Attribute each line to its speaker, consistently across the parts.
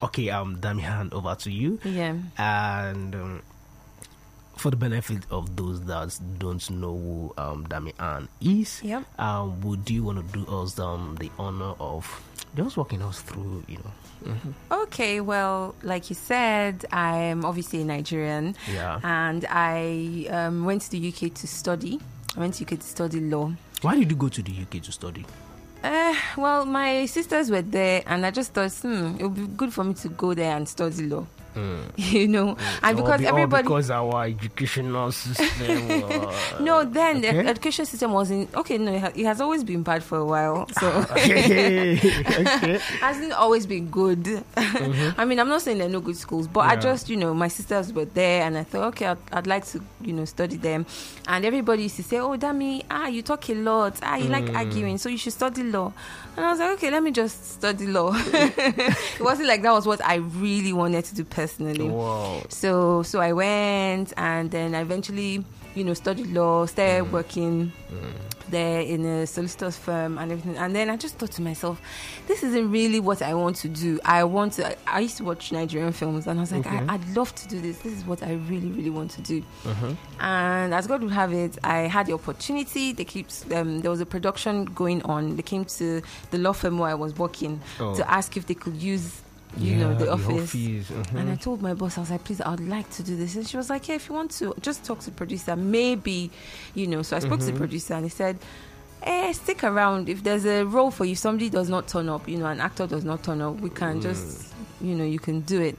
Speaker 1: Okay, um, Damian, over to you.
Speaker 2: Yeah.
Speaker 1: And um, for the benefit of those that don't know who um, Damian is,
Speaker 2: Yep.
Speaker 1: um, would you want to do us um, the honor of just walking us through, you know?
Speaker 2: Okay, well, like you said, I'm obviously a Nigerian.
Speaker 1: Yeah.
Speaker 2: And I um, went to the UK to study. I went to UK to study law.
Speaker 1: Why did you go to the UK to study?
Speaker 2: Uh, well, my sisters were there, and I just thought, hmm, it would be good for me to go there and study law.
Speaker 1: Hmm.
Speaker 2: You know,
Speaker 1: Oh,
Speaker 2: and because everybody.
Speaker 1: because our educational system.
Speaker 2: no, then
Speaker 1: Okay.
Speaker 2: the education system wasn't okay. No, it, ha- it has always been bad for a while. So
Speaker 1: okay.
Speaker 2: hasn't always been good. I mean, I'm not saying they're no good schools, but I
Speaker 1: Yeah.
Speaker 2: just, you know, my sisters were there, and I thought, okay, I'd, I'd like to, you know, study them. And everybody used to say, oh, Dami, ah, you talk a lot, ah, you like arguing, so you should study law. And I was like, okay, let me just study law. it wasn't like that was what I really wanted to do personally.
Speaker 1: Wow.
Speaker 2: So, so I went, and then I eventually, you know, studied law, started working there in a solicitor's firm and everything. And then I just thought to myself, this isn't really what I want to do. I want to. I, I used to watch Nigerian films, and I was like, I, I'd love to do this. This is what I really, really want to do.
Speaker 1: uh-huh.
Speaker 2: And as God would have it, I had the opportunity. They keep um, there was a production going on. They came to the law firm where I was working
Speaker 1: Oh.
Speaker 2: to ask if they could use. You know the office,
Speaker 1: uh-huh.
Speaker 2: and I told my boss, I was like, please, I'd like to do this. And she was like, yeah, if you want to, just talk to the producer. Maybe, you know. So I spoke to the producer and he said, eh, stick around. If there's a role for you, somebody does not turn up, you know, an actor does not turn up, we can just, you know, you can do it.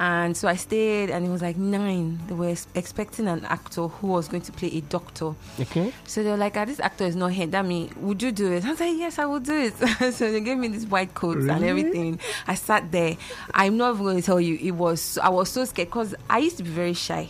Speaker 2: And so I stayed, and it was like nine. They were ex- expecting an actor who was going to play a doctor.
Speaker 1: Okay.
Speaker 2: So they were like, ah, this actor is not here. That mean, would you do it? I was like, yes, I will do it. so they gave me these white coats and
Speaker 1: Really?
Speaker 2: everything. I sat there. I'm not even going to tell you. It was I was so scared because I used to be very shy.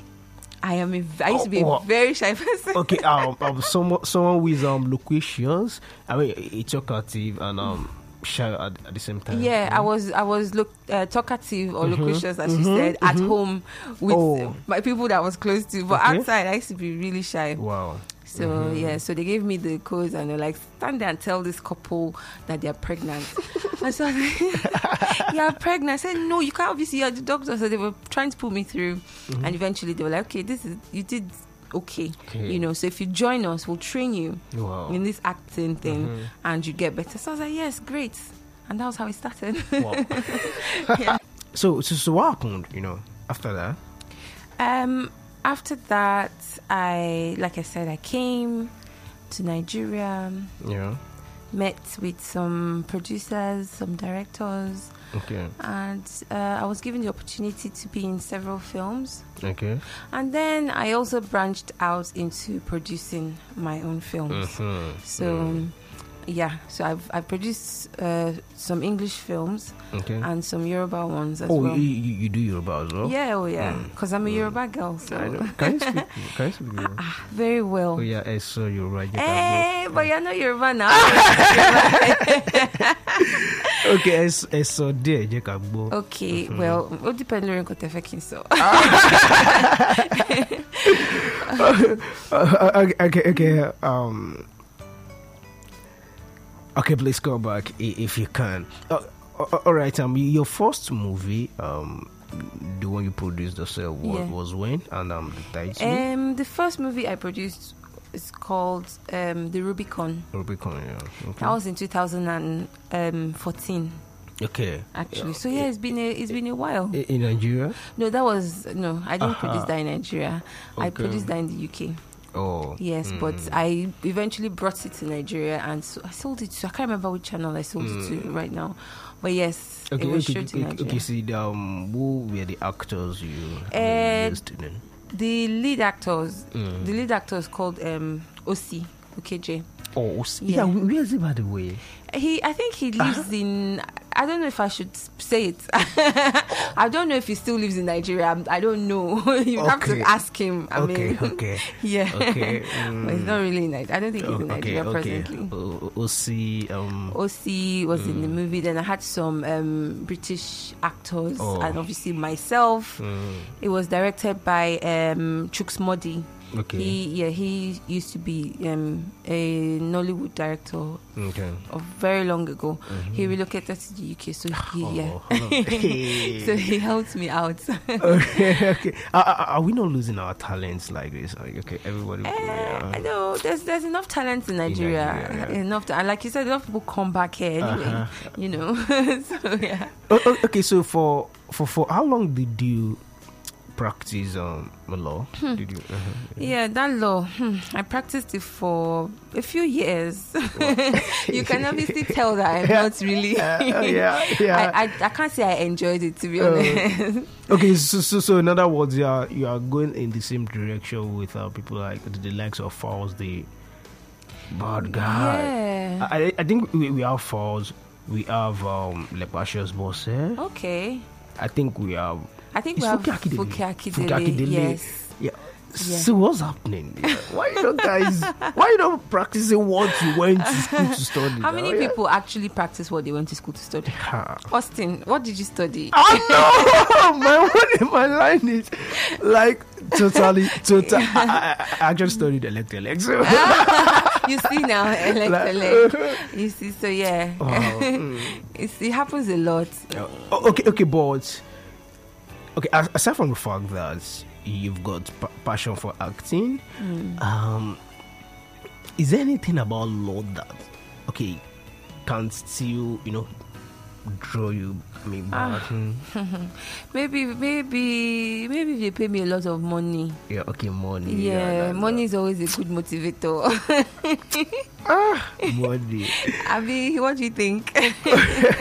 Speaker 2: I am. A, I used to be
Speaker 1: Oh,
Speaker 2: a
Speaker 1: oh.
Speaker 2: very shy person.
Speaker 1: okay, um, um someone, someone who is um loquacious. I mean, it's talkative and um shy at, at the same time.
Speaker 2: Yeah, I was I was look uh, talkative or loquacious as you said at home with
Speaker 1: Mm-hmm, Oh.
Speaker 2: my people that I was close to, but
Speaker 1: Okay.
Speaker 2: outside I used to be really shy.
Speaker 1: Wow.
Speaker 2: So yeah, so they gave me the codes and they're like, stand there and tell this couple that they're pregnant. and so I was like, you're pregnant. I said, no, you can't. Obviously, you're the doctor. So they were trying to put me through, and eventually they were like, okay, this is you did okay,
Speaker 1: Okay.
Speaker 2: you know. So if you join us, we'll train you
Speaker 1: Wow. Mm-hmm.
Speaker 2: in this acting thing, and you get better. So I was like, yes, great. And that was how it started.
Speaker 1: Wow. so, so, so what happened? You know, after that.
Speaker 2: Um, after that, I like I said, I came to Nigeria.
Speaker 1: Yeah.
Speaker 2: met with some producers, some directors,
Speaker 1: Okay.
Speaker 2: and uh, I was given the opportunity to be in several films.
Speaker 1: Okay.
Speaker 2: And then I also branched out into producing my own films.
Speaker 1: Mhm.
Speaker 2: So, yeah, so I've, I've produced uh, some English films
Speaker 1: Okay.
Speaker 2: and some Yoruba ones as
Speaker 1: oh,
Speaker 2: well.
Speaker 1: you, you, you do Yoruba as well.
Speaker 2: yeah, oh yeah, because I'm a Yoruba girl,
Speaker 1: Mm. I know.
Speaker 2: so Uh-huh.
Speaker 1: Can you speak? Can you speak Yoruba?
Speaker 2: very
Speaker 1: Oh
Speaker 2: well.
Speaker 1: yeah, Mm-hmm. I saw you right. You can
Speaker 2: Hey, but you're not Yoruba now.
Speaker 1: go. Okay, I s- I saw there. You can go.
Speaker 2: okay,
Speaker 1: Mm-hmm.
Speaker 2: well, ó depend lórí nǹkan tẹ́ fẹ́ kí n sọ.
Speaker 1: Ah. Uh, okay, okay, okay. Um, okay, please go back i- if you can. Uh, uh, all right. Um, your first movie, um, the one you produced yourself was,
Speaker 2: Yeah.
Speaker 1: was when, and um, the title
Speaker 2: Um, the first movie I produced is called um, The Rubicon.
Speaker 1: Rubicon. Yeah. Okay.
Speaker 2: That was in 2014,
Speaker 1: okay.
Speaker 2: um, actually. So yeah, it's been a it's been a while.
Speaker 1: I- In Nigeria.
Speaker 2: No, that was no, I didn't produce
Speaker 1: Aha.
Speaker 2: that in Nigeria. I
Speaker 1: Uh-huh. Okay.
Speaker 2: produced that in the UK.
Speaker 1: Oh.
Speaker 2: Yes, but I eventually brought it to Nigeria and so I sold it to. I can't remember which channel I sold it to right now, but yes,
Speaker 1: Hmm. Okay,
Speaker 2: it was
Speaker 1: okay,
Speaker 2: shot in
Speaker 1: okay,
Speaker 2: Nigeria.
Speaker 1: okay, see, um, who were the actors you
Speaker 2: Eh,
Speaker 1: used in?
Speaker 2: The lead actors,
Speaker 1: Hmm.
Speaker 2: the lead actor is called um, Osi Okeje.
Speaker 1: Oh, s-
Speaker 2: yeah.
Speaker 1: yeah. where is it, by the way?
Speaker 2: He, I think he
Speaker 1: Uh-huh.
Speaker 2: lives in. I don't know if I should s- say it. I don't know if he still lives in Nigeria. I'm- I don't know. you have
Speaker 1: Okay.
Speaker 2: to ask him. I
Speaker 1: okay,
Speaker 2: mean,
Speaker 1: okay.
Speaker 2: yeah.
Speaker 1: Okay, mm.
Speaker 2: but he's not really in Nigeria. I don't think he's in Nigeria presently.
Speaker 1: O- O- OC, um,
Speaker 2: OC was in the
Speaker 1: Mm.
Speaker 2: movie. Then I had some um, British actors,
Speaker 1: Oh. mm,
Speaker 2: and obviously myself. It was directed by um, Chooks Modi.
Speaker 1: Okay.
Speaker 2: He yeah he used to be um, a Nollywood director
Speaker 1: Okay.
Speaker 2: of very long ago. He relocated to the UK, so he
Speaker 1: Mm-hmm. Oh,
Speaker 2: yeah. so he helped me out.
Speaker 1: okay, okay. Are, are, are we not losing our talents like this? Like, okay, everybody. uh,
Speaker 2: Eh, I know there's there's enough talent in Nigeria,
Speaker 1: Nigeria, yeah. Uh-huh.
Speaker 2: enough ta- and like you said, enough people come back here anyway. You know, so yeah.
Speaker 1: O- o- okay, so for for for how long did you practice um law?
Speaker 2: Hmm.
Speaker 1: Did you? uh
Speaker 2: Yeah, that law. hmm, I practiced it for a few years. you can obviously tell that I'm not really.
Speaker 1: Yeah, Uh, yeah, yeah.
Speaker 2: I, I, I can't say I enjoyed it to be
Speaker 1: Oh.
Speaker 2: honest.
Speaker 1: Okay, so, so so in other words, you are you are going in the same direction with uh, people like the, the likes of Falls, the bad guy.
Speaker 2: Yeah.
Speaker 1: I, I- I think we, we have Falls, we have um Lepasius Bosse.
Speaker 2: Okay.
Speaker 1: I think we have.
Speaker 2: I think
Speaker 1: It's
Speaker 2: we have
Speaker 1: Funke Akindele.
Speaker 2: Funke
Speaker 1: Funke
Speaker 2: Akindele,
Speaker 1: Akindele.
Speaker 2: yes.
Speaker 1: Yeah.
Speaker 2: Yeah.
Speaker 1: So what's happening? Why you not guys? why you not practicing what you went to school to study? now?
Speaker 2: How many
Speaker 1: Oh, Yeah.
Speaker 2: people actually practice what they went to school to study?
Speaker 1: Ah.
Speaker 2: Austin, what did you study?
Speaker 1: Oh no! my one, my line is like totally, total. I, I, I just studied electric. So.
Speaker 2: you see now, elect,
Speaker 1: Like- uh, Oh, mm.
Speaker 2: elect. You see, so yeah,
Speaker 1: Wow.
Speaker 2: it's, it happens a lot.
Speaker 1: Oh, okay, okay, but okay. as- Aside from the fact that you've got pa- passion for acting,
Speaker 2: Hmm.
Speaker 1: um, is there anything about law that okay can still you know draw you me
Speaker 2: Ah.
Speaker 1: back? Hmm.
Speaker 2: Maybe, maybe, maybe if they pay me a lot of money.
Speaker 1: Yeah, okay, money.
Speaker 2: Yeah,
Speaker 1: that- that-
Speaker 2: money is always a good motivator.
Speaker 1: Ah, money.
Speaker 2: Abby, what do you think?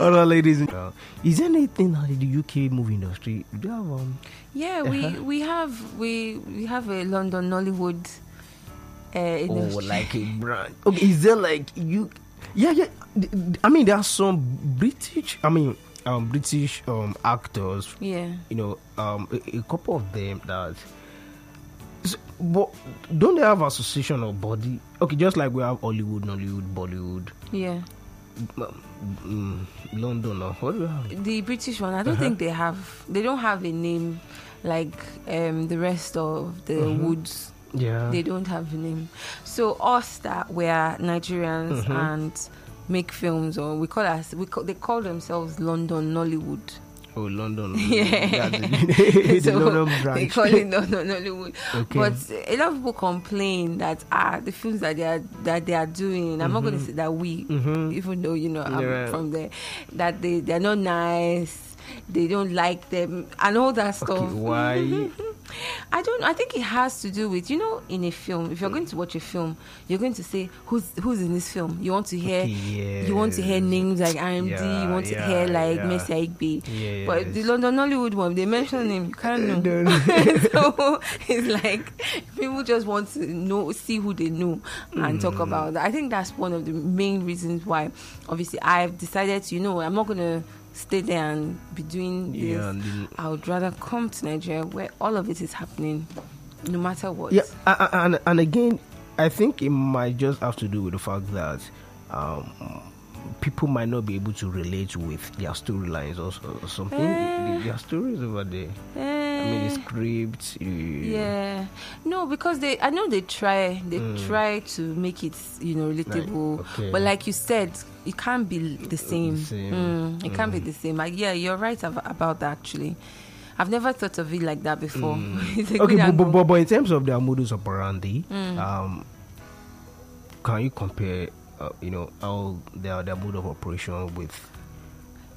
Speaker 1: All right, ladies. and- Uh, is there anything that the UK movie industry do you have? Um,
Speaker 2: yeah, we we have we we have a London Nollywood uh,
Speaker 1: Oh,
Speaker 2: industry.
Speaker 1: a brand. Okay, is there like you? Yeah, yeah. th- th- I mean, there are some British. I mean, um, British um actors.
Speaker 2: yeah.
Speaker 1: You know, um, a, a couple of them that. s- But don't they have association or body? Okay, just like we have Hollywood, Nollywood, Bollywood,
Speaker 2: Yeah,
Speaker 1: um, mm, London. Or what do we have?
Speaker 2: the British one. I
Speaker 1: Uh-huh.
Speaker 2: don't think they have. They don't have a name like um, the rest of the
Speaker 1: Mm-hmm.
Speaker 2: woods.
Speaker 1: Yeah.
Speaker 2: They don't have a name. So us that were Nigerians
Speaker 1: Mm-hmm.
Speaker 2: and make films, or we call us, we call, they call themselves London Nollywood.
Speaker 1: Oh, London.
Speaker 2: Yeah.
Speaker 1: That's the, the
Speaker 2: So,
Speaker 1: London branch.
Speaker 2: They call it no, no, Nollywood.
Speaker 1: Okay.
Speaker 2: But a lot of people complain that ah, the films that they are that they are doing. I'm not
Speaker 1: Mm-hmm.
Speaker 2: going to say that we, even though you know I'm
Speaker 1: Yeah.
Speaker 2: from there, that they they're not nice. They don't like them and all that stuff.
Speaker 1: Okay, why?
Speaker 2: I don't. I think it has to do with you know, in a film, if you're going to watch a film, you're going to say who's who's in this film. You want to hear,
Speaker 1: Okay,
Speaker 2: you want to hear
Speaker 1: yes.
Speaker 2: names like RMD.
Speaker 1: Yeah,
Speaker 2: you want to
Speaker 1: yeah,
Speaker 2: hear like
Speaker 1: yeah.
Speaker 2: Messi Igbe. But the
Speaker 1: Yes.
Speaker 2: London Hollywood one, they mention him. You can't know. so it's like people just want to know, see who they know, and
Speaker 1: Mm.
Speaker 2: talk about that. I think that's one of the main reasons why, obviously, I've decided to, you know, I'm not gonna stay there and be doing this.
Speaker 1: Yeah, and the-
Speaker 2: I would rather come to Nigeria where all of it is happening, no matter what.
Speaker 1: Yeah, a- a- and and again, I think it might just have to do with the fact that um, people might not be able to relate with their storylines or, s- or something.
Speaker 2: Eh.
Speaker 1: Their stories over there. I mean,
Speaker 2: Eh.
Speaker 1: the scripts. you-
Speaker 2: Yeah, no, because they I know they try they try to make it you know relatable,
Speaker 1: okay.
Speaker 2: but like you said, it can't be the same.
Speaker 1: same.
Speaker 2: Mm, it can't be the same. Like, yeah, you're right ab- about that. Actually, I've never thought of it like that before. it's a
Speaker 1: Okay,
Speaker 2: good Mm.
Speaker 1: but, but,
Speaker 2: angle.
Speaker 1: but, but in terms of their modus operandi, um, can you compare, uh, you know, how their their mode of operation with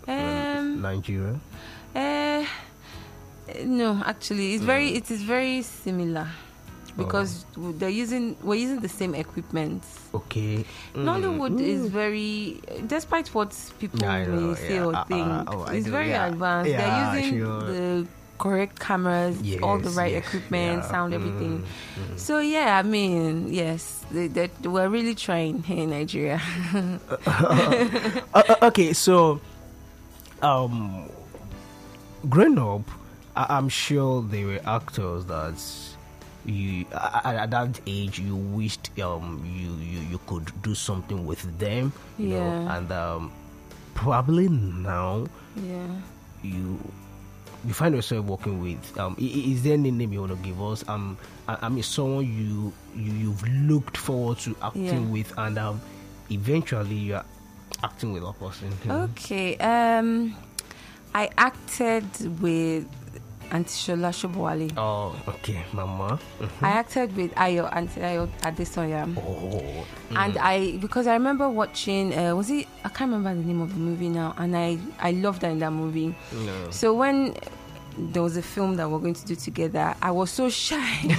Speaker 2: um,
Speaker 1: Nigeria?
Speaker 2: Eh, no, actually, it's very it is very similar because w they're using we're using the same equipment.
Speaker 1: Okay. Mm.
Speaker 2: Nollywood is very, despite what people
Speaker 1: Yeah, I know,
Speaker 2: may say
Speaker 1: yeah.
Speaker 2: or
Speaker 1: Uh, uh,
Speaker 2: think,
Speaker 1: oh, I
Speaker 2: it's
Speaker 1: know,
Speaker 2: very
Speaker 1: yeah.
Speaker 2: advanced.
Speaker 1: Yeah,
Speaker 2: They're using
Speaker 1: sure.
Speaker 2: the correct cameras, all the
Speaker 1: Yes,
Speaker 2: right
Speaker 1: yes,
Speaker 2: equipment,
Speaker 1: yeah. Mm. Mm-hmm.
Speaker 2: sound, everything. So yeah, I mean, yes, they, they, they we're really trying here in Nigeria.
Speaker 1: uh, uh, okay, so um, growing up, I- I'm sure there were actors that you a- a- at that age you wished um you you, you could do something with them, you know,
Speaker 2: Yeah.
Speaker 1: and um probably now
Speaker 2: yeah.
Speaker 1: you you find yourself working with? Um, i- i- is there any name you want to give us? Um, I, I mean, someone you, you you've looked forward to acting
Speaker 2: Yeah.
Speaker 1: with, and um, eventually you are acting with that person. Hmm.
Speaker 2: Okay. Um, I acted with Antishola Shobwali.
Speaker 1: Oh, okay, Mama.
Speaker 2: I acted with Ayo Antidayo Adesoya.
Speaker 1: Oh,
Speaker 2: And I, because I remember watching, uh, was it? I can't remember the name of the movie now, and I, I loved her in that movie.
Speaker 1: no.
Speaker 2: So when there was a film that we're going to do together, I was so shy,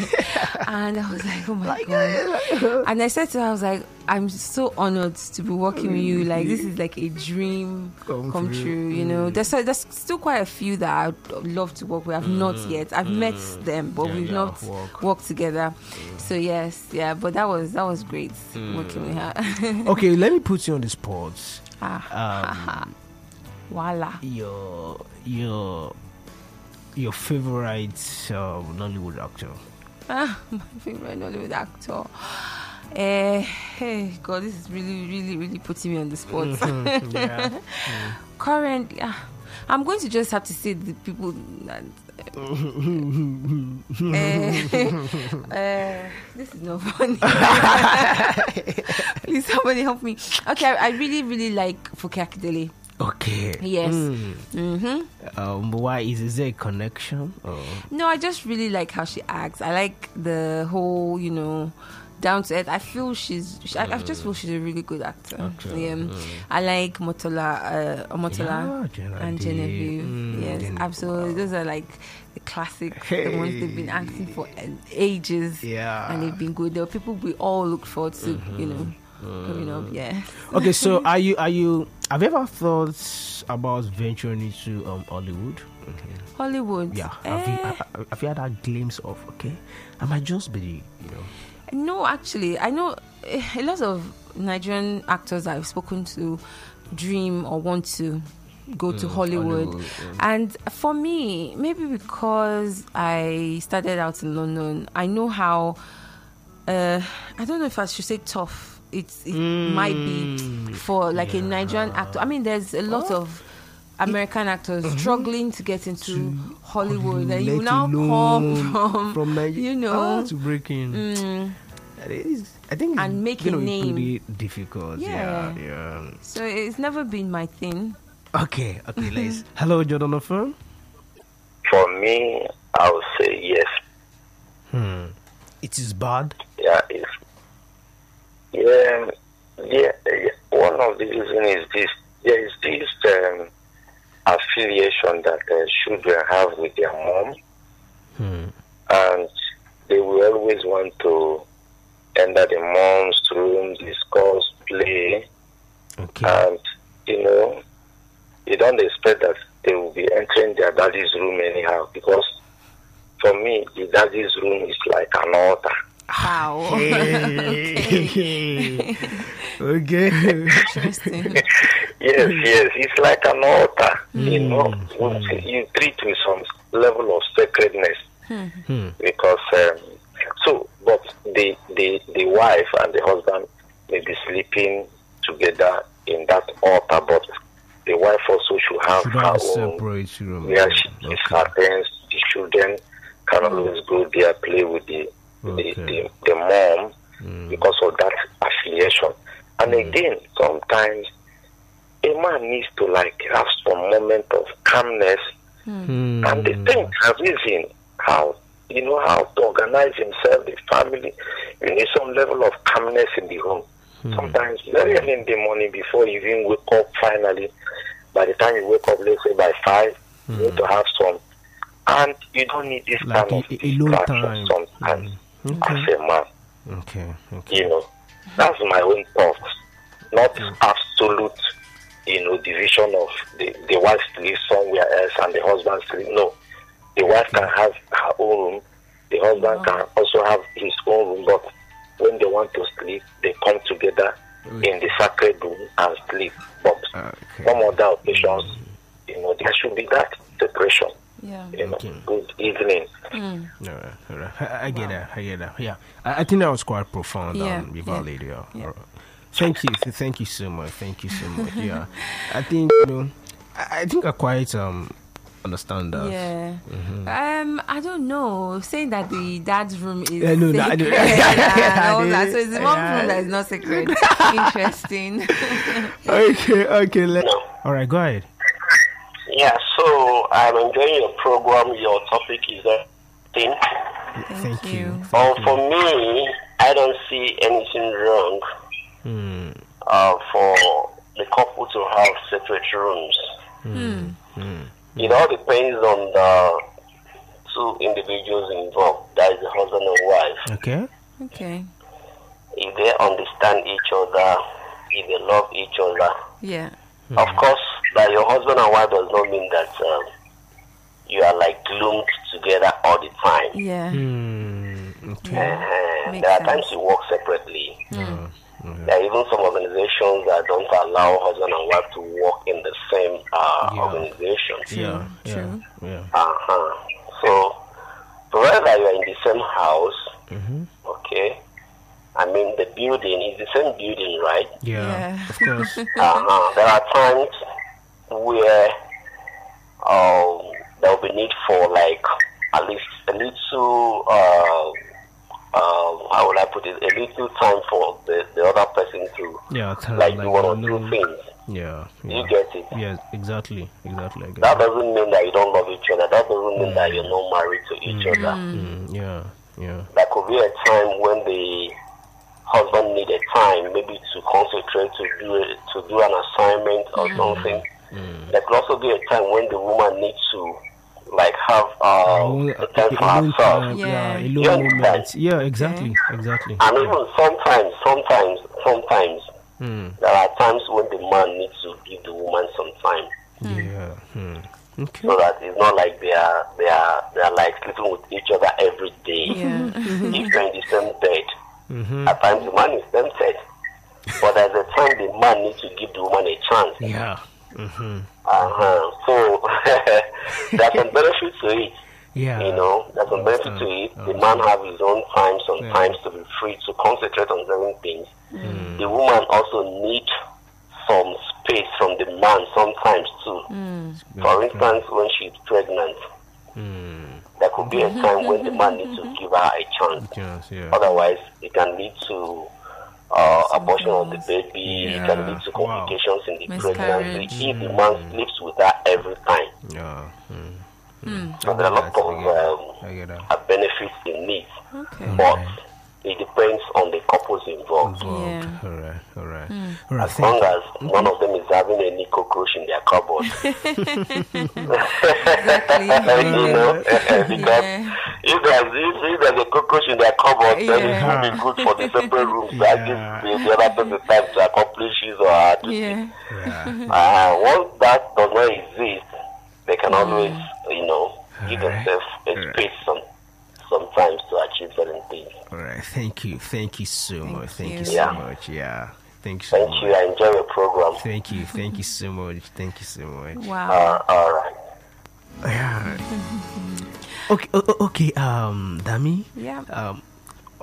Speaker 2: and I was like, oh my god! and I said to her, I was like, I'm so honored to be working with you. Like this is like a dream
Speaker 1: Come
Speaker 2: come,
Speaker 1: true.
Speaker 2: true. You know, there's so- there's still quite a few that I'd love to work with. I've not yet. I've met them, but
Speaker 1: Yeah,
Speaker 2: we've
Speaker 1: yeah,
Speaker 2: not
Speaker 1: work.
Speaker 2: worked together. So yes, yeah. But that was that was great working with her.
Speaker 1: okay, let me put you on the spot.
Speaker 2: ah,
Speaker 1: Um,
Speaker 2: voila.
Speaker 1: your your your favorite um, Nollywood actor.
Speaker 2: Ah, my favorite Nollywood actor. Eh, hey, God, this is really, really, really putting me on the spot.
Speaker 1: Mm-hmm. yeah.
Speaker 2: Currently, ah, I'm going to just have to say the people. That, eh, eh, this is not funny. Please, somebody help me. Okay, I, I really, really like Fuki Akindele.
Speaker 1: Okay.
Speaker 2: Yes.
Speaker 1: Mm.
Speaker 2: hmm
Speaker 1: Um, why is, is there a connection? Oh.
Speaker 2: No, I just really like how she acts. I like the whole, you know, down to earth. I feel she's. She, I, I just feel she's a really good actor.
Speaker 1: Actor,
Speaker 2: Yeah.
Speaker 1: Mm.
Speaker 2: I like Motola, uh, Omotola, and Genevieve.
Speaker 1: Mm.
Speaker 2: yes, absolutely. Those are like the classics, the ones they've been acting for uh, ages,
Speaker 1: Yeah.
Speaker 2: and they've been good. There were people we all look forward to, you know,
Speaker 1: Mm-hmm.
Speaker 2: growing
Speaker 1: Mm.
Speaker 2: up. Yeah.
Speaker 1: okay, so are you are you have you ever thought about venturing into um Hollywood? Mm-hmm.
Speaker 2: Hollywood.
Speaker 1: Yeah. Have you
Speaker 2: Eh.
Speaker 1: have, have you had that glimpse of okay? I might just be you know
Speaker 2: No, actually, I know eh, a lot of Nigerian actors that I've spoken to dream or want to go to Hollywood.
Speaker 1: Mm, Hollywood, yeah.
Speaker 2: And for me, maybe because I started out in London, I know how. Uh, I don't know if I should say tough. It's, it
Speaker 1: Mm.
Speaker 2: might be for like a Nigerian actor. I mean, there's a lot
Speaker 1: Oh.
Speaker 2: of. American actors struggling to get into Hollywood, and you
Speaker 1: Mm-hmm. let
Speaker 2: now
Speaker 1: alone
Speaker 2: come from,
Speaker 1: from Oh, Nigeria
Speaker 2: you know,
Speaker 1: to break in.
Speaker 2: mm,
Speaker 1: That is- I think it's
Speaker 2: And make a
Speaker 1: gonna be
Speaker 2: name.
Speaker 1: pretty difficult. Yeah,
Speaker 2: Yeah.
Speaker 1: yeah.
Speaker 2: So it's never been my thing.
Speaker 1: Okay, okay, let's. Hello, Jordan Offer.
Speaker 3: For me, I would say yes.
Speaker 1: Hmm. It is bad.
Speaker 3: Yeah, it's, yeah, yeah, yeah. One of the reasons is this: there is this um, affiliation that uh, children have with their mom,
Speaker 1: Hmm.
Speaker 3: and they will always want to enter the mom's room, discuss, play,
Speaker 1: Okay.
Speaker 3: and you know, you don't expect that they will be entering their daddy's room anyhow. Because for me, the daddy's room is like an altar.
Speaker 1: Ah,
Speaker 2: Wow.
Speaker 1: okay. okay.
Speaker 2: Interesting.
Speaker 3: Yes,
Speaker 1: Hmm.
Speaker 3: yes, it's like an altar, you know, which you treat with some level of sacredness
Speaker 1: Hmm.
Speaker 3: because um, so, but the, the the wife and the husband may be sleeping together in that altar, but the wife also should have
Speaker 1: Should
Speaker 3: her
Speaker 1: I
Speaker 3: own.
Speaker 1: separate you from-
Speaker 3: Um, Yeah, she
Speaker 1: Okay.
Speaker 3: is attends the children can always go there play with the
Speaker 1: Okay.
Speaker 3: the, the, the mom Mm.
Speaker 1: Hmm.
Speaker 3: because of that affiliation. And
Speaker 1: Mm.
Speaker 3: again, sometimes a man needs to like have some moment of calmness
Speaker 1: Hmm.
Speaker 3: and the thing have reason how you know how to organize himself, the family. You need some level of calmness in the home.
Speaker 1: Mm.
Speaker 3: Sometimes very early in the morning before you even wake up finally, by the time you wake up let's say by five, you need to have some and you don't need this
Speaker 1: Mm. Like
Speaker 3: kind
Speaker 1: a-
Speaker 3: of
Speaker 1: a- a long time. Hmm, Mm.
Speaker 3: distraction sometimes as a man
Speaker 1: Okay. Okay.
Speaker 3: you know. That's my own thoughts, not absolute, you know, division of the, the wife lives somewhere else and the husband lives. No, the wife can have her own room, the husband can
Speaker 1: Mm-hmm.
Speaker 3: also have his own room, but when they want to sleep, they come together in the sacred room and sleep. But
Speaker 1: Okay.
Speaker 3: some other occasions, you know, there should be that separation.
Speaker 2: Yeah.
Speaker 3: You know,
Speaker 1: Okay.
Speaker 3: good evening.
Speaker 1: All right, all right. uh, I, I get that. I get that. Yeah. I, I think that was quite profound.
Speaker 2: Yeah,
Speaker 1: Um,
Speaker 2: yeah,
Speaker 1: Vivaldi, yeah.
Speaker 2: yeah.
Speaker 1: All right. Thank you. Th- Thank you so much. Thank you so much. Yeah. I think, you know, I, I think I quite um understand that.
Speaker 2: Yeah.
Speaker 1: Mm-hmm.
Speaker 2: Um, I don't know. Saying that the dad's room is
Speaker 1: Yeah, no, no, I
Speaker 2: sacred
Speaker 1: do-
Speaker 2: and all
Speaker 1: I do-
Speaker 2: that. So it's the one
Speaker 1: yeah.
Speaker 2: room that is not sacred. Interesting.
Speaker 1: Okay, okay. Let,
Speaker 3: No.
Speaker 1: all right, go ahead.
Speaker 3: Yeah, so I'm enjoying your program. Your topic is a thing.
Speaker 2: Thank,
Speaker 1: Thank you.
Speaker 3: Well, for me, I don't see anything wrong
Speaker 1: Hmm,
Speaker 3: uh, for the couple to have separate rooms. It all depends on the two individuals involved, that is the husband and wife.
Speaker 1: Okay.
Speaker 2: Okay.
Speaker 3: If they understand each other, if they love each other,
Speaker 2: Yeah.
Speaker 3: Of course, that your husband and wife does not mean that um, you are like gloomed together all the time.
Speaker 2: Yeah.
Speaker 1: Mm, okay.
Speaker 3: Uh-huh.
Speaker 2: Makes
Speaker 3: There are
Speaker 2: sense.
Speaker 3: times you work separately.
Speaker 1: Uh,
Speaker 3: There are even some organizations that don't allow husband and wife to work in the same uh,
Speaker 1: Yeah.
Speaker 3: organization.
Speaker 1: yeah, yeah,
Speaker 2: true.
Speaker 1: yeah.
Speaker 3: Uh-huh. So, provided you are in the same house,
Speaker 1: mm-hmm.
Speaker 3: okay, I mean the building is the same building, right?
Speaker 1: Yeah,
Speaker 2: Yeah.
Speaker 1: of course.
Speaker 3: Uh-huh. There are times where um, there will be need for like at least a little, uh, um, how would I put it, a little time for the, the other person to
Speaker 1: Yeah, kind
Speaker 3: like
Speaker 1: of
Speaker 3: do one or
Speaker 1: no-
Speaker 3: two things.
Speaker 1: Yeah,
Speaker 3: You
Speaker 1: yeah,
Speaker 3: get it?
Speaker 1: yeah, exactly, exactly. I get
Speaker 3: That
Speaker 1: it.
Speaker 3: doesn't mean that you don't love each other. That doesn't mean that you're not married to each other.
Speaker 1: Mm, yeah, yeah,
Speaker 3: There could be a time when the husband needed time, maybe to concentrate, to do a, to do an assignment or something.
Speaker 1: Mm.
Speaker 3: There could also be a time when the woman needs to, like, have
Speaker 1: I
Speaker 3: uh,
Speaker 1: won't-
Speaker 3: a
Speaker 1: okay, alone
Speaker 3: time for
Speaker 1: time,
Speaker 3: herself.
Speaker 1: yeah,
Speaker 2: Yeah.
Speaker 1: alone
Speaker 3: Yeah.
Speaker 1: moments. Yeah, exactly, exactly.
Speaker 3: And even sometimes, sometimes, sometimes,
Speaker 1: Mm,
Speaker 3: there are times when the man needs to give the woman some time,
Speaker 1: yeah. Mm. Okay.
Speaker 3: so that it's not like they are they are they are like sleeping with each other every day.
Speaker 2: Yeah.
Speaker 3: If you're in the same bed,
Speaker 1: Mm-hmm.
Speaker 3: at times the man is tempted. But there's a time the man needs to give the woman a chance.
Speaker 1: Yeah. Mm-hmm.
Speaker 3: Uh-huh. So there's some benefit to it.
Speaker 1: Yeah.
Speaker 3: You know, there's some benefit to it. The man have his own time sometimes to be free to concentrate on certain things.
Speaker 1: Mm.
Speaker 3: The woman also needs some space from the man sometimes too. For instance, when she's pregnant,
Speaker 1: Hmm,
Speaker 3: there could be a time when the man needs to give her a chance.
Speaker 1: Yes, yeah.
Speaker 3: Otherwise, it can lead to uh, abortion of the baby. It can lead to
Speaker 1: Yeah. Wow. Mm.
Speaker 3: complications in the
Speaker 2: Miscarriage.
Speaker 3: pregnancy if the man sleeps with her every time.
Speaker 1: Yeah. Mm.
Speaker 3: So there are a lot of um,
Speaker 1: I get that.
Speaker 3: uh, benefits in it,
Speaker 1: Mm.
Speaker 2: Okay.
Speaker 3: but it depends on the couples involved.
Speaker 1: Involved.
Speaker 2: Yeah.
Speaker 1: All right, all right. All right, Mm-hmm.
Speaker 3: As long
Speaker 1: thank
Speaker 3: as one of them is having any cockroach in their cupboard,
Speaker 2: Exactly.
Speaker 3: you know, because
Speaker 2: Yeah.
Speaker 3: if there's, if, if there's a cockroach in their cupboard, then it
Speaker 1: Yeah.
Speaker 3: will be good for the separate rooms. I
Speaker 1: Yeah.
Speaker 3: give the, the other person time to accomplish his or her duty.
Speaker 2: Yeah.
Speaker 1: Yeah.
Speaker 3: Uh, once that does not exist, they can
Speaker 1: Mm.
Speaker 3: always, you know, give
Speaker 1: Alright.
Speaker 3: themselves a
Speaker 1: Alright.
Speaker 3: space some, sometimes to achieve certain things.
Speaker 1: All right, thank you, thank you so much, thank you,
Speaker 2: you.
Speaker 1: so
Speaker 3: Yeah.
Speaker 1: much. Yeah, thank you so
Speaker 3: Thank
Speaker 1: much.
Speaker 3: you. I enjoy your program.
Speaker 1: Thank you, thank you so much, thank you so much.
Speaker 2: Wow.
Speaker 3: Uh, all right.
Speaker 1: Yeah. okay, o- o- okay, um, Dami.
Speaker 2: Yeah.
Speaker 1: Um,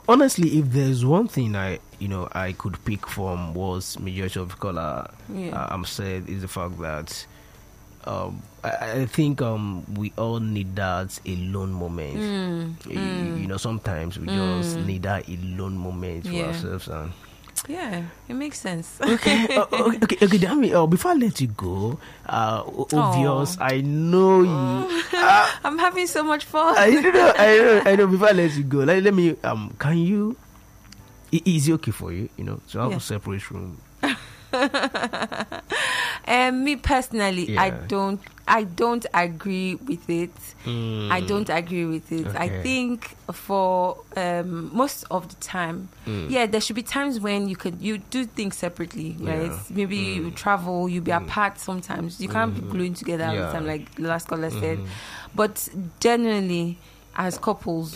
Speaker 1: honestly, if there's one thing I, you know, I could pick from was majority of color,
Speaker 2: Yeah.
Speaker 1: uh, I'm said is the fact that, um, I, I think um we all need that alone moment.
Speaker 2: Mm.
Speaker 1: Y- You, know, sometimes we just need that alone moment for
Speaker 2: Yeah.
Speaker 1: ourselves and.
Speaker 2: Yeah. It makes sense.
Speaker 1: Uh, okay, okay, okay, Dami. Uh, before I let you go, uh, o-
Speaker 2: Aw.
Speaker 1: obvious. I know you. Ah,
Speaker 2: I'm having so much fun.
Speaker 1: I don't know. I don't know. I know. Before I let you go, like, let me. Um, can you? i- Is it okay for you? You know, to have
Speaker 2: Yeah.
Speaker 1: a separate room.
Speaker 2: Um, me personally, I
Speaker 1: Yeah.
Speaker 2: don't, I don't agree with it. I don't agree with it.
Speaker 1: Okay.
Speaker 2: I think for um, most of the time,
Speaker 1: Hmm.
Speaker 2: yeah, there should be times when you could you do things separately,
Speaker 1: Yeah.
Speaker 2: right?
Speaker 1: Hmm.
Speaker 2: Maybe you travel, you be apart sometimes. You can't be gluing together all
Speaker 1: Yeah. Hmm.
Speaker 2: the time, like the last caller said. But generally. As couples,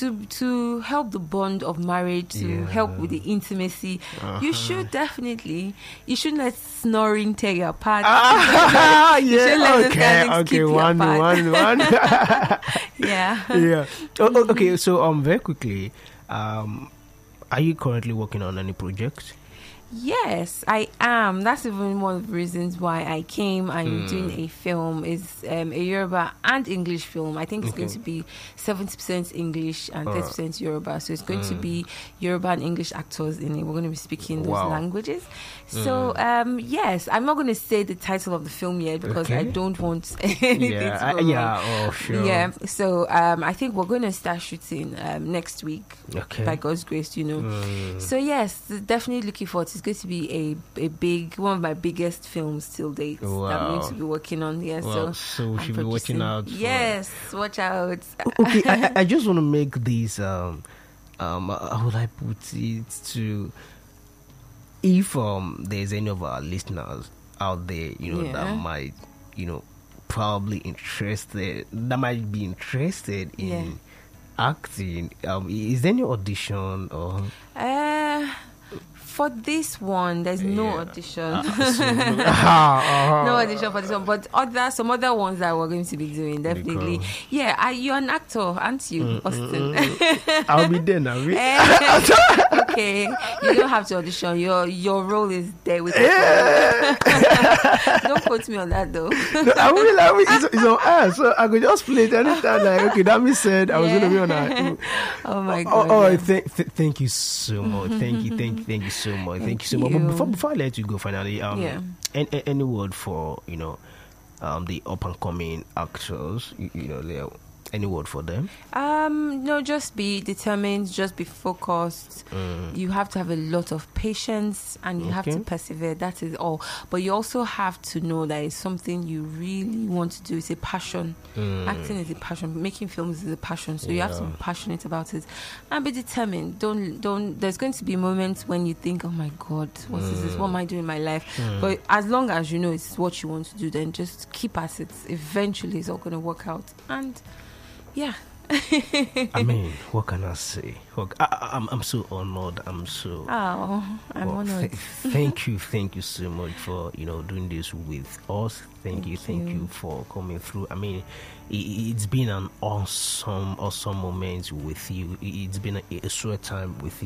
Speaker 2: to to help the bond of marriage, to
Speaker 1: Hmm. Yeah. Uh-huh.
Speaker 2: help with the intimacy, you should definitely you shouldn't let snoring tear you apart.
Speaker 1: Ah,
Speaker 2: should let
Speaker 1: yeah.
Speaker 2: the
Speaker 1: Okay.
Speaker 2: standings
Speaker 1: Okay.
Speaker 2: keep you
Speaker 1: One.
Speaker 2: apart.
Speaker 1: One. One.
Speaker 2: yeah.
Speaker 1: yeah. Oh, oh, okay. So, um, very quickly, um, are you currently working on any project?
Speaker 2: Yes, I am. That's even one of the reasons why I came. I'm
Speaker 1: Hmm.
Speaker 2: doing a film. It's um, a Yoruba and English film. I think it's going to be 70% English and 30% Yoruba. So it's going
Speaker 1: Hmm.
Speaker 2: to be Yoruba and English actors in it. We're going to be speaking those
Speaker 1: Wow. Hmm.
Speaker 2: languages. So, um, yes, I'm not going to say the title of the film yet because I
Speaker 1: Okay.
Speaker 2: don't want anything
Speaker 1: Yeah,
Speaker 2: to go
Speaker 1: I- yeah,
Speaker 2: wrong.
Speaker 1: oh, sure.
Speaker 2: Yeah, so um, I think we're going to start shooting um, next week
Speaker 1: Okay.
Speaker 2: by God's grace, you know.
Speaker 1: Hmm.
Speaker 2: So yes, definitely looking forward. It's going to be a, a big one of my biggest films till date that I'm
Speaker 1: Wow.
Speaker 2: going to be working on. Yeah,
Speaker 1: Wow,
Speaker 2: so
Speaker 1: so we
Speaker 2: I'm
Speaker 1: should be watching
Speaker 2: producing.
Speaker 1: out for-
Speaker 2: Yes, watch out.
Speaker 1: okay, I, I- I just want to make these. Um, um, how would I put it? To if um, there's any of our listeners out there, you know,
Speaker 2: Yeah.
Speaker 1: that might, you know, probably interested, that might be interested in
Speaker 2: Yeah.
Speaker 1: acting. Um, is there any audition or?
Speaker 2: Uh, for this one, there's no
Speaker 1: Yeah.
Speaker 2: audition.
Speaker 1: Ah,
Speaker 2: no audition for this one, but other some other ones that we're going to be doing definitely.
Speaker 1: Because- Mm,
Speaker 2: Yeah, I, you're an actor, aren't you, Austin?
Speaker 1: I'll be there now. right?
Speaker 2: Eh, okay, you don't have to audition. Your your role is there with the Don't quote me on that though.
Speaker 1: No, I will. I will. It's, it's on air, so I could just play it anytime. Like, okay, that means said I was gonna be on air.
Speaker 2: oh my
Speaker 1: Oh,
Speaker 2: god.
Speaker 1: oh
Speaker 2: yeah.
Speaker 1: th- th- thank you so much. Thank you, thank you, thank you so much. Thank,
Speaker 2: Thank
Speaker 1: you so much. But
Speaker 2: you.
Speaker 1: before, before I let you go, finally, um,
Speaker 2: Yeah.
Speaker 1: an- a- any word for you know, um, the up and coming actors, you, you know, they are- any word for them?
Speaker 2: Um, no, just be determined, just be focused. You have to have a lot of patience and you have to
Speaker 1: Okay.
Speaker 2: persevere. That is all. But you also have to know that it's something you really want to do. It's a passion. Acting is a passion. Making films is a passion. So you have to be passionate about it and be determined. Don't don't. There's going to be moments when you think, "Oh my God, what is this? What am I doing in my life?" But as long as you know it's what you want to do, then just keep at it. Eventually, it's all going to work out. And yeah.
Speaker 1: I mean, what can I say? What, I, I, I'm, I'm so honored. I'm so.
Speaker 2: Oh, I'm
Speaker 1: Well,
Speaker 2: honored.
Speaker 1: th- thank you, thank you so much for you know doing this with us. Thank, you, thank you for coming through. I mean, i- i- it's been an awesome, awesome moment with you. I- It's been a, a short time with you.